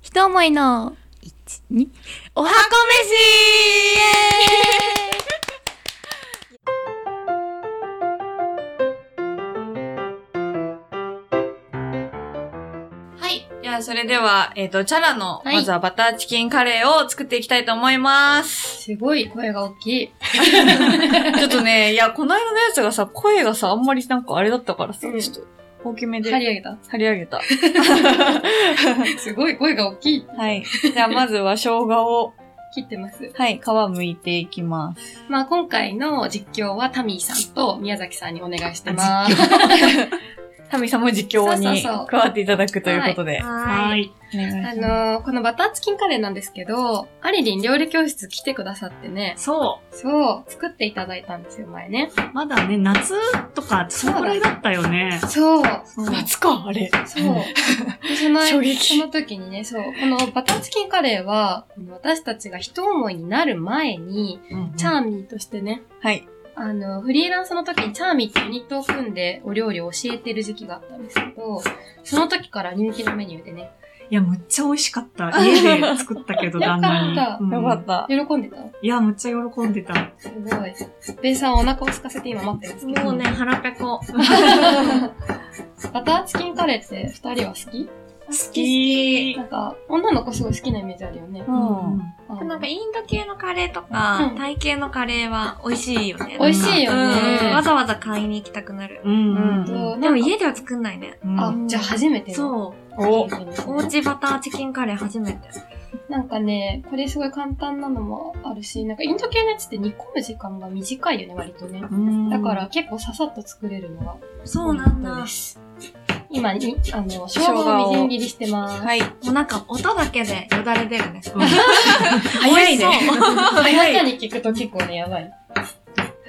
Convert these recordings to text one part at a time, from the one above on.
一思いの一二おはこはい。いや、それでは、えっ、と、チャラの、はいまずはバターチキンカレーを作っていきたいと思い ます。飯すごい声が大きい。ちょっとね、いや、この間のやつがさ、声がさ、あんまりなんかあれだったからさ、うんちょっと、大きめで張り上げた。張り上げた。すごい声が大きい。はい。じゃあ、まずは生姜を、切ってます。はい、皮剥いていきます。まあ今回の実況はタミーさんと宮崎さんにお願いしてあます。タミさんも実況そうそうにそう加わっていただくということで。。はいお願いしま あすのーこのバターチキンカレーなんですけど、アリリン料理教室来てくださってね、そそう、作っていただいたんですよ、前ね。う。まだね、夏とか、そのくらいだったよね。そう、そう夏か、あれ。 そう。でその衝そ撃の時にね、そう、このバターチキンカレーは、私たちが一思いになる前に、チャーミーとしてね、はい。あの、フリーランスの時にチャーミーってユニットを組んでお料理を教えてる時期があったんですけど、その時から人気のメニューでね、いや、むっちゃ美味しかった。家で作った けど、よか旦った那に。うんよかった。喜んでたいや、むっちゃ喜んでた。すごい。ベイさんはお腹を空かせて今待ってるんですけど。も うね、腹ペコ。好バターチキンカレーって二人は好きき。なんか、女の子すごい好きなイメージあるよね。うん。あのなんかインド系のカレーとうかん、タイ系のカレーは美味しいよね。美味しいようね。んわざわざ買いに行きたくなる。うん。うんとでも家では作んないね。うんあ、じゃあ初めてう。そう。お、おうちバターチキンカレー初めて。なんかね、これすごい簡単なのもあるし、なんかインド系のやつって煮込む時間が短いよね、割とね。うんだから、結構ささっと作れるのがそうなんポイントだで。す。今に、あの、生姜をみじん切りしてます。はい。もうなんか音だけでよだれ出るね。早いね。あ早なたい。に聞くと結構ね、やばい。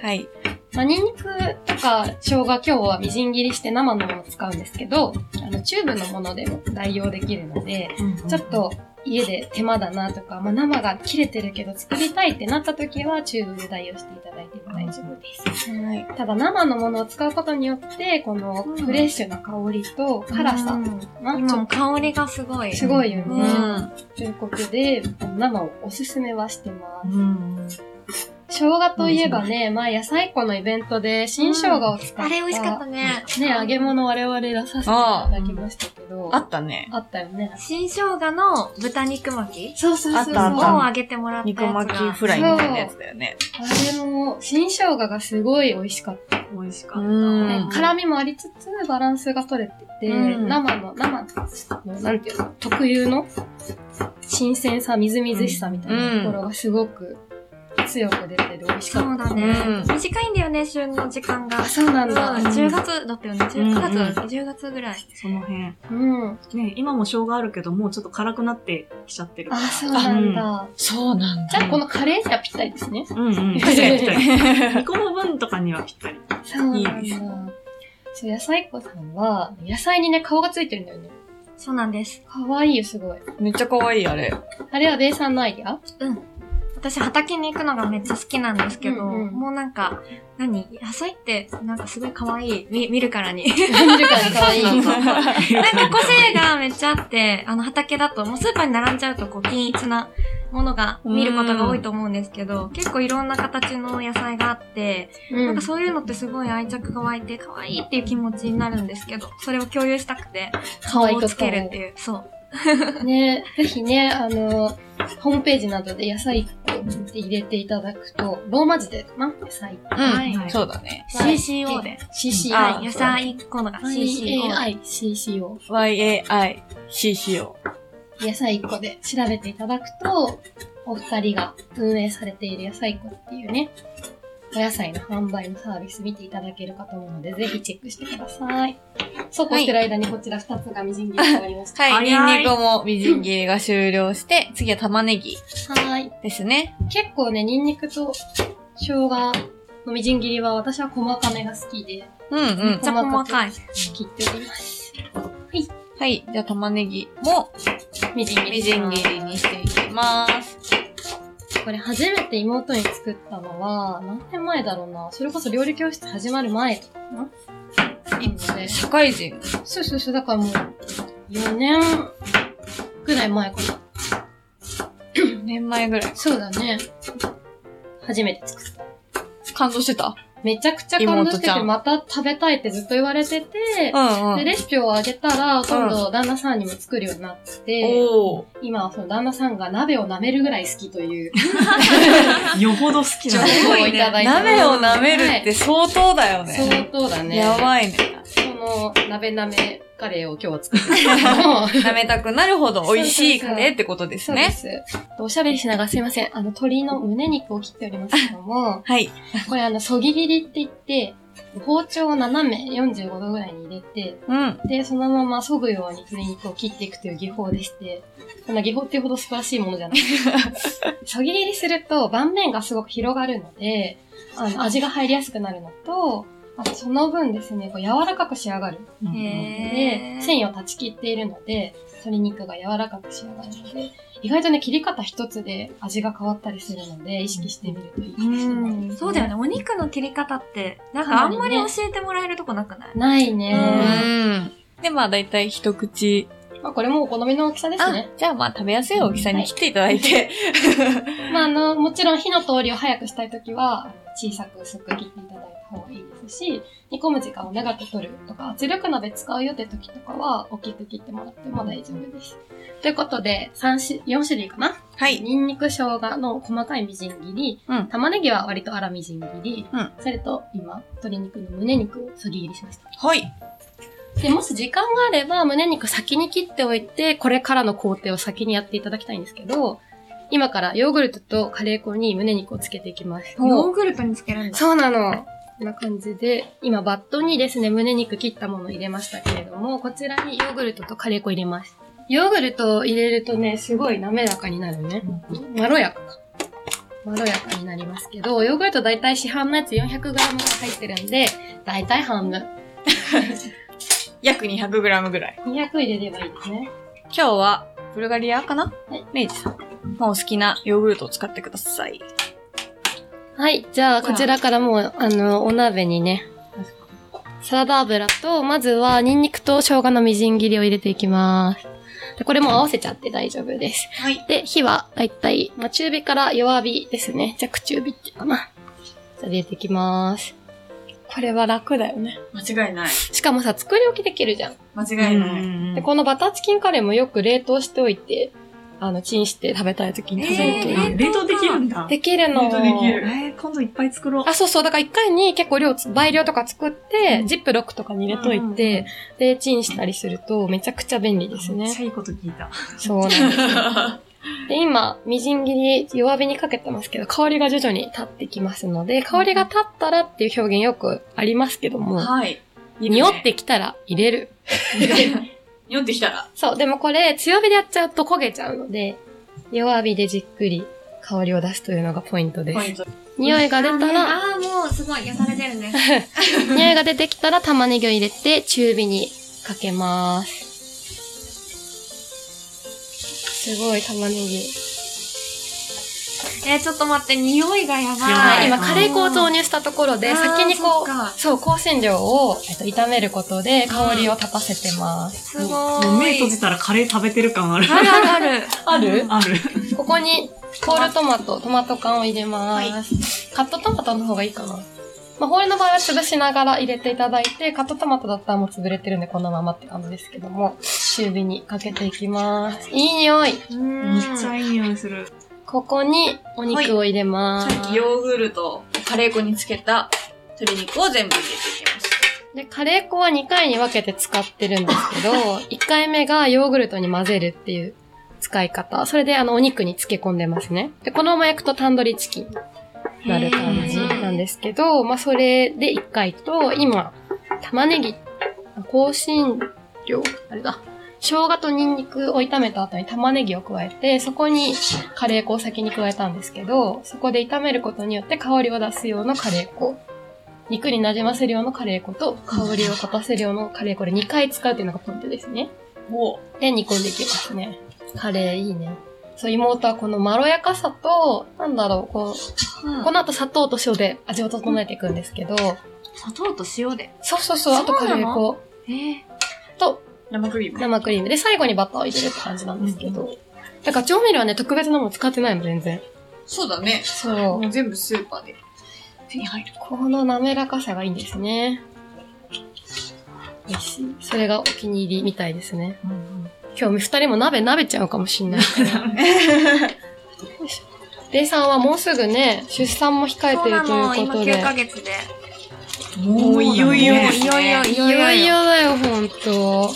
はい。まあ、ニンニクとか生姜今日はみじん切りして生のものを使うんですけど、あの、チューブのものでも代用できるので、 ちょっと家で手間だなとか、まあ、生が切れてるけど作りたいってなった時はチューブで代用していただいても大丈夫です。はい。ただ生のものを使うことによって、このフレッシュな香りと辛さうんがち今ょもっ香りがすごい。とすごいよね。うん。ということで、生をおすすめはしてます。うん。生姜といえばね、前野菜庫のイベントで新生姜を使った、あれ美味しかったね。ね、揚げ物我々出させていただきましたけど、あったね。あったよね。新生姜の豚肉巻きそうそうそうそう。あをった揚げてもらったやつが。肉巻きフライみたいなやつだよね。あれも、新生姜がすごい美味しかった。美味しかっうんね辛みもありつつ、バランスが取れてて、うん生の、生の、なんていうの、特有の新鮮さ、みずみずしさみたいなところがすごく強く出てる、美味しかそった。うだうねん。短いんだよね、旬の時間があ、。そうなんうん、だ。 10月だったよね。10うんうん月、10月ぐらい。た。その辺。ね、うん。今も生姜あるけど、もうちょっと辛くなってきちゃってるかあ、ら。そうなんだ。そう なんじゃあ、このカレーにはぴったりですね。うんうん。ぴったりぴった り。煮込む分とかにはぴったり。そうなんだ。いいですそう、野菜子さんは、野菜にね、顔がついてるんだよね。そうなんです。かわいいよ、すごい。めっちゃ可愛い、あれ。あれはベイさんのアイディア私、畑に行くのがめっちゃ好きなんですけど、うんうんもうなんか、何野菜って、なんかすごい可愛い。見見るからに。見るからかわいい。なんか個性がめっちゃあって、あの畑だと、もうスーパーに並んじゃうと、こう、均一なものが見ることが多いと思うんですけど、結構いろんな形の野菜があって、ななんかそういうのってすごい愛着が湧いて、可愛いっていう気持ちになるんですけど、それを共有したくて、可愛いをとつけるっていう。そう。ね、ぜひね、あの、ホームページなどで野菜って入れていただくと、ローマ字でかな野菜。はいうん。そうだね。 CCO で。。 CCO。あはい、野菜1個のが CCO。 CCO。CCO。 YAICCO。野菜1個で調べていただくと、お二人が運営されている野菜1個っていうね、お野菜の販売のサービス見ていただけるかと思うので、ぜひチェックしてください。そうこうしてる間にこちら2つがみじん切りになりました。はい。ニン早いニクもみじん切りが終了して、次は玉ねぎはい。ですね。結構ね、ニンニクと生姜のみじん切りは私は細かめが好きでうんうめっん。ちゃ細かい。切っております。はい。じゃあ玉ねぎもみじん切りみしじんます切りにしていきます。これ初めて妹に作ったのは、何年前だろうな。それこそ料理教室始まる前とかかな。なので、社会人。そうそうそう、だからもう、4年ぐらい前かな。年前ぐらい。そうだね。初めて作っ感動してたた。めちゃくちゃ感動して妹ちゃて、んまた食べたいってずっと言われててう、んうで、ん。レシピをあげたら、今度旦那さんにも作るようになって、おー。今はその旦那さんが鍋を舐めるぐらい好きというよほど好き情なの。報をいただいてます。鍋を舐めるって相当だよね。相当だね。やばいね。この鍋鍋カレーを今日は作ってるんですけ ど舐めたくなるほど美味しいカレーってことですそうでね。、す。おしゃべりしながらすいません。あの、鶏の胸肉を切っておりますけどもはい。これあの、そぎ切りって言って、包丁を斜め45度ぐらいに入れて、うん。で、そのまま削ぐように鶏肉を切っていくという技法でして、こんな技法っていうほど素晴らしいものじ ゃない。そぎ切りすると盤面がすごく広がるので、あの、味が入りやすくなるのと、あとその分ですね、こう柔らかく仕上がる。うんへで、ー。繊維を断ち切っているので、鶏肉が柔らかく仕上がるので、意外とね、切り方一つで味が変わったりするので、意識してみるといいですね。そうだよね。お肉の切り方って、なんかあんまりかなりね教えてもらえるとこなくないないね。で、まあ大体一口。まあ、これもお好みの大きさですあね。、じゃあまあ食べやすい大きさに切っていただいて。まあ、あの、もちろん火の通りを早くしたいときは、あの小さく薄く切っていただいた方がいいですし、煮込む時間を長く取るとか、圧力鍋使うよって時とかは、大きく切ってもらっても大丈夫です。ということで、三種、4種類かな はい。ニンニク生姜の細かいみじん切り、うん玉ねぎは割と粗みじん切り、うんそれと今、鶏肉の胸肉をそぎ切りしました。はい。で、もし時間があれば、胸肉先に切っておいて、これからの工程を先にやっていただきたいんですけど、今からヨーグルトとカレー粉に胸肉をつけていきます。ヨーグルトにつけるんだ。そうなの。こんな感じで、今バットにですね、胸肉切ったものを入れましたけれども、こちらにヨーグルトとカレー粉入れます。ヨーグルトを入れるとね、すごい滑らかになるね。まろやかか。まろやかになりますけど、ヨーグルト大体市販のやつ 400g ぐらい入ってるんで、大体半分。約 200g ぐらい。 200入れればいいですね。今日は、ブルガリアかなはいメイジさん。もうお好きなヨーグルトを使ってください。はい、じゃあこちらからもう、あの、お鍋にね、サラダ油と、まずはニンニクと生姜のみじん切りを入れていきます。でこれも合わせちゃって大丈夫です。はい。で、火はだいたい、まあ、中火から弱火ですね。弱中火っていうかな。じゃあ入れていきます。これは楽だよね。間違いない。しかもさ、作り置きできるじゃん。間違ういない。んで、このバターチキンカレーもよく冷凍しておいて、あの、チンして食べたい時に食べるといい。えー冷凍できるんだ。できるの。冷凍できる。えー、今度いっぱい作ろう。あ、そうそう。だから一回に結構量つ、倍量とか作って、ジップロックとかに入れといて、で、チンしたりすると、めちゃくちゃ便利ですめっねち。ゃいいこと聞いた。そうなんですよ。 で、今、みじん切り弱火にかけてますけど、香りが徐々に立ってきますので、香りが立ったらっていう表現よくありますけども、はい。匂ってきたら入れる。匂ってきたら。そう、でもこれ強火でやっちゃうと焦げちゃうので、弱火でじっくり香りを出すというのがポイントでポイすン。ト。匂いが出たら、あーねあー、もうすごい、やされてるね。匂いが出てきたら玉ねぎを入れて中火にかけます。すごい玉ねぎ。 えー、ちょっと待って、匂いがやばい。やばはいい、今カレー粉を投入入したところで、先にこう、そう、香辛料を、えっと、炒めることで香りを立たせてます。すもごうーい。もう目閉じたらカレー食べてる感ある。あるあるある。あるある。ここに、ホールトマト、トマト缶を入れます。カットトマトの方がいいかな。まあ、ホールの場合は潰しながら入れていただいて、カットトマトだったらもう潰れてるんでこのままって感じですけども、中火にかけていきます。いい匂いめっちゃいい匂いする。ここにお肉を入れます。さっきヨーグルト、カレー粉につけた鶏肉を全部入れていきます。で、カレー粉は2回に分けて使ってるんですけど、1回目がヨーグルトに混ぜるっていう使い方。それであのお肉に漬け込んでますね。で、このまま焼くとタンドリーチキンになる感じなんですけど、まあそれで1回と、今、玉ねぎ、香辛料、あれだ。生姜とニンニクを炒めた後に玉ねぎを加えて、そこにカレー粉を先に加えたんですけど、そこで炒めることによって香りを出す用のカレー粉、肉になじませる用のカレー粉と、香りを立たせる用のカレー粉で2回使うっていうのがポイントですね。おで、煮込んでいきますね。カレーいいね。そう、妹はこのまろやかさと、なんだろう、こう、この後砂糖と塩で味を整えていくんですけど、砂糖と塩で。そうそうそう、あとカレー粉えー、と生クリーム。生クリームで、最後にバターを入れるって感じなんですけど、だから調味料はね、特別なもの使ってないの、全然。そうだね。そう。もう全部スーパーで手に入る。この滑らかさがいいんですね。美味しい。それがお気に入りみたいですね。今日二人も鍋鍋ちゃうかもしんないから。よいしょレイさんはもうすぐね、出産も控えそうてなるの、という今ことで。 9ヶ月で。もういよいよもういよいよ、いいよいよよ。いよだよ、ほんと。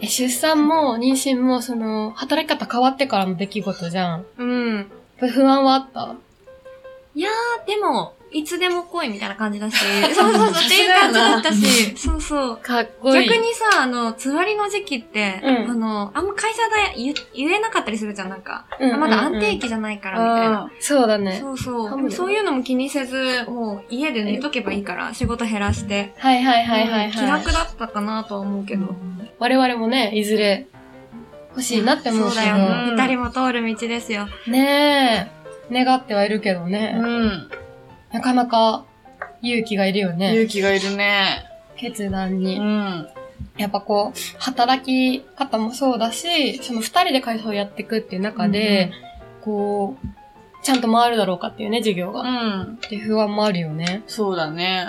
え出産も妊娠も、その、働き方変わってからの出来事じゃん。うん。不安はあったいやー、でも、いつでも来いみたいな感じだし。 そうそうそう、っていう感じだったし。そうそう。かっこいい。逆にさ、あの、つわりの時期って、うんあの、あんま会社で言言えなかったりするじゃん、なんか。うんうんうんまだ安定期じゃないから、みたいな。そうだね。そうそう。でかもねもそういうのも気にせず、もう家で寝とけばいいから、仕事減らして。はいはいはいはい、はい。気楽だったかなとは思うけど。我々もね、いずれ欲しいなって思うそうけだよ。二、ど、ん人も通る道ですよ。ねえ、願ってはいるけどね、うん。なかなか勇気がいるよね、勇気がいるね。決断に。うん。やっぱこう、働き方もそうだし、その二人で会社をやっていくっていう中で、こう、ちゃんと回るだろうかっていうね、授業が。うっん。て不安もあるよね。そうだね。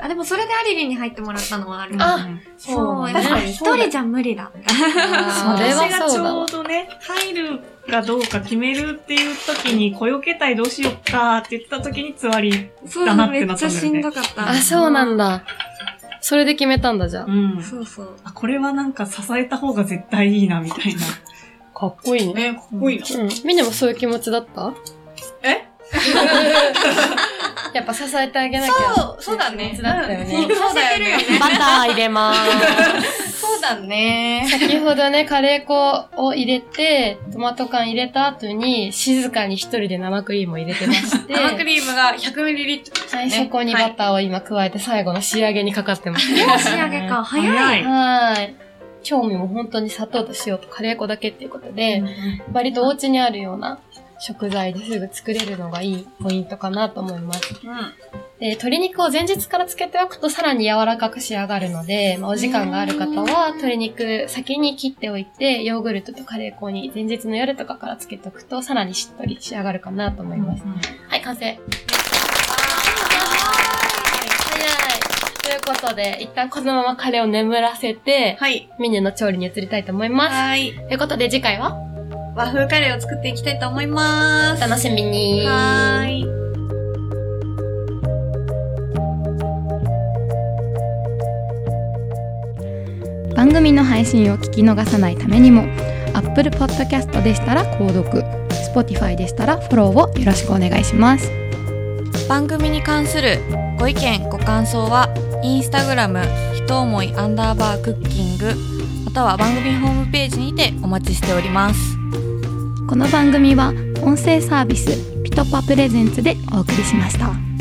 あ、でもそれでアリリンに入ってもらったのはある。あそう、やっ確ぱか一に人じゃ無理だ。それ私はがそちうだょわう。どね、入るかどうか決めるっていう時に、雇用形態どうしよっかって言った時につわり。そうだなそう、ってめなっっちたゃんだよねしんどかった。あ、そうなんだ。それで決めたんだ、じゃあ。んそうそう。あこれはなんか支えた方が絶対いいな、みたいな。かっこいいね。ね、かっこいいな。うん。みんなもそういう気持ちだったえ やっぱ支えてあげなきゃ。そう、そうだね。手伝ったよねうんそうだよね。バター入れまそうだね。す。先ほどね、カレー粉を入れて、トマト缶入れた後に、静かに一人で生クリームを入れて まして、生クリームが 100ml。はい、そこにバターを今加えて最後の仕上げにかかってます。仕上げか、早い。早い。はい。調味も本当に砂糖と塩とカレー粉だけっていうことで、割とお家にあるような食材ですぐ作れるのがいいポイントかなと思います。うん。で、鶏肉を前日から漬けておくとさらに柔らかく仕上がるので、まあ、お時間がある方は鶏肉先に切っておいて、ヨーグルトとカレー粉に前日の夜とかから漬けておくとさらにしっとり仕上がるかなと思います。はい、完成。早い。ということで、一旦このままカレーを眠らせて、はい。メニューの調理に移りたいと思います。はい。ということで次回は和風カレーを作っていきたいと思いまおす。楽しみに。はーい。番組の配信を聞き逃さないためにも Apple Podcast でしたら購読 Spotify でしたらフォローをよろしくお願いします番組に関するご意見ご感想はインスタグラムひと思いアンダーバークッキングまたは番組ホームページにてお待ちしておりますこの番組は音声サービスピトパプレゼンツでお送りしました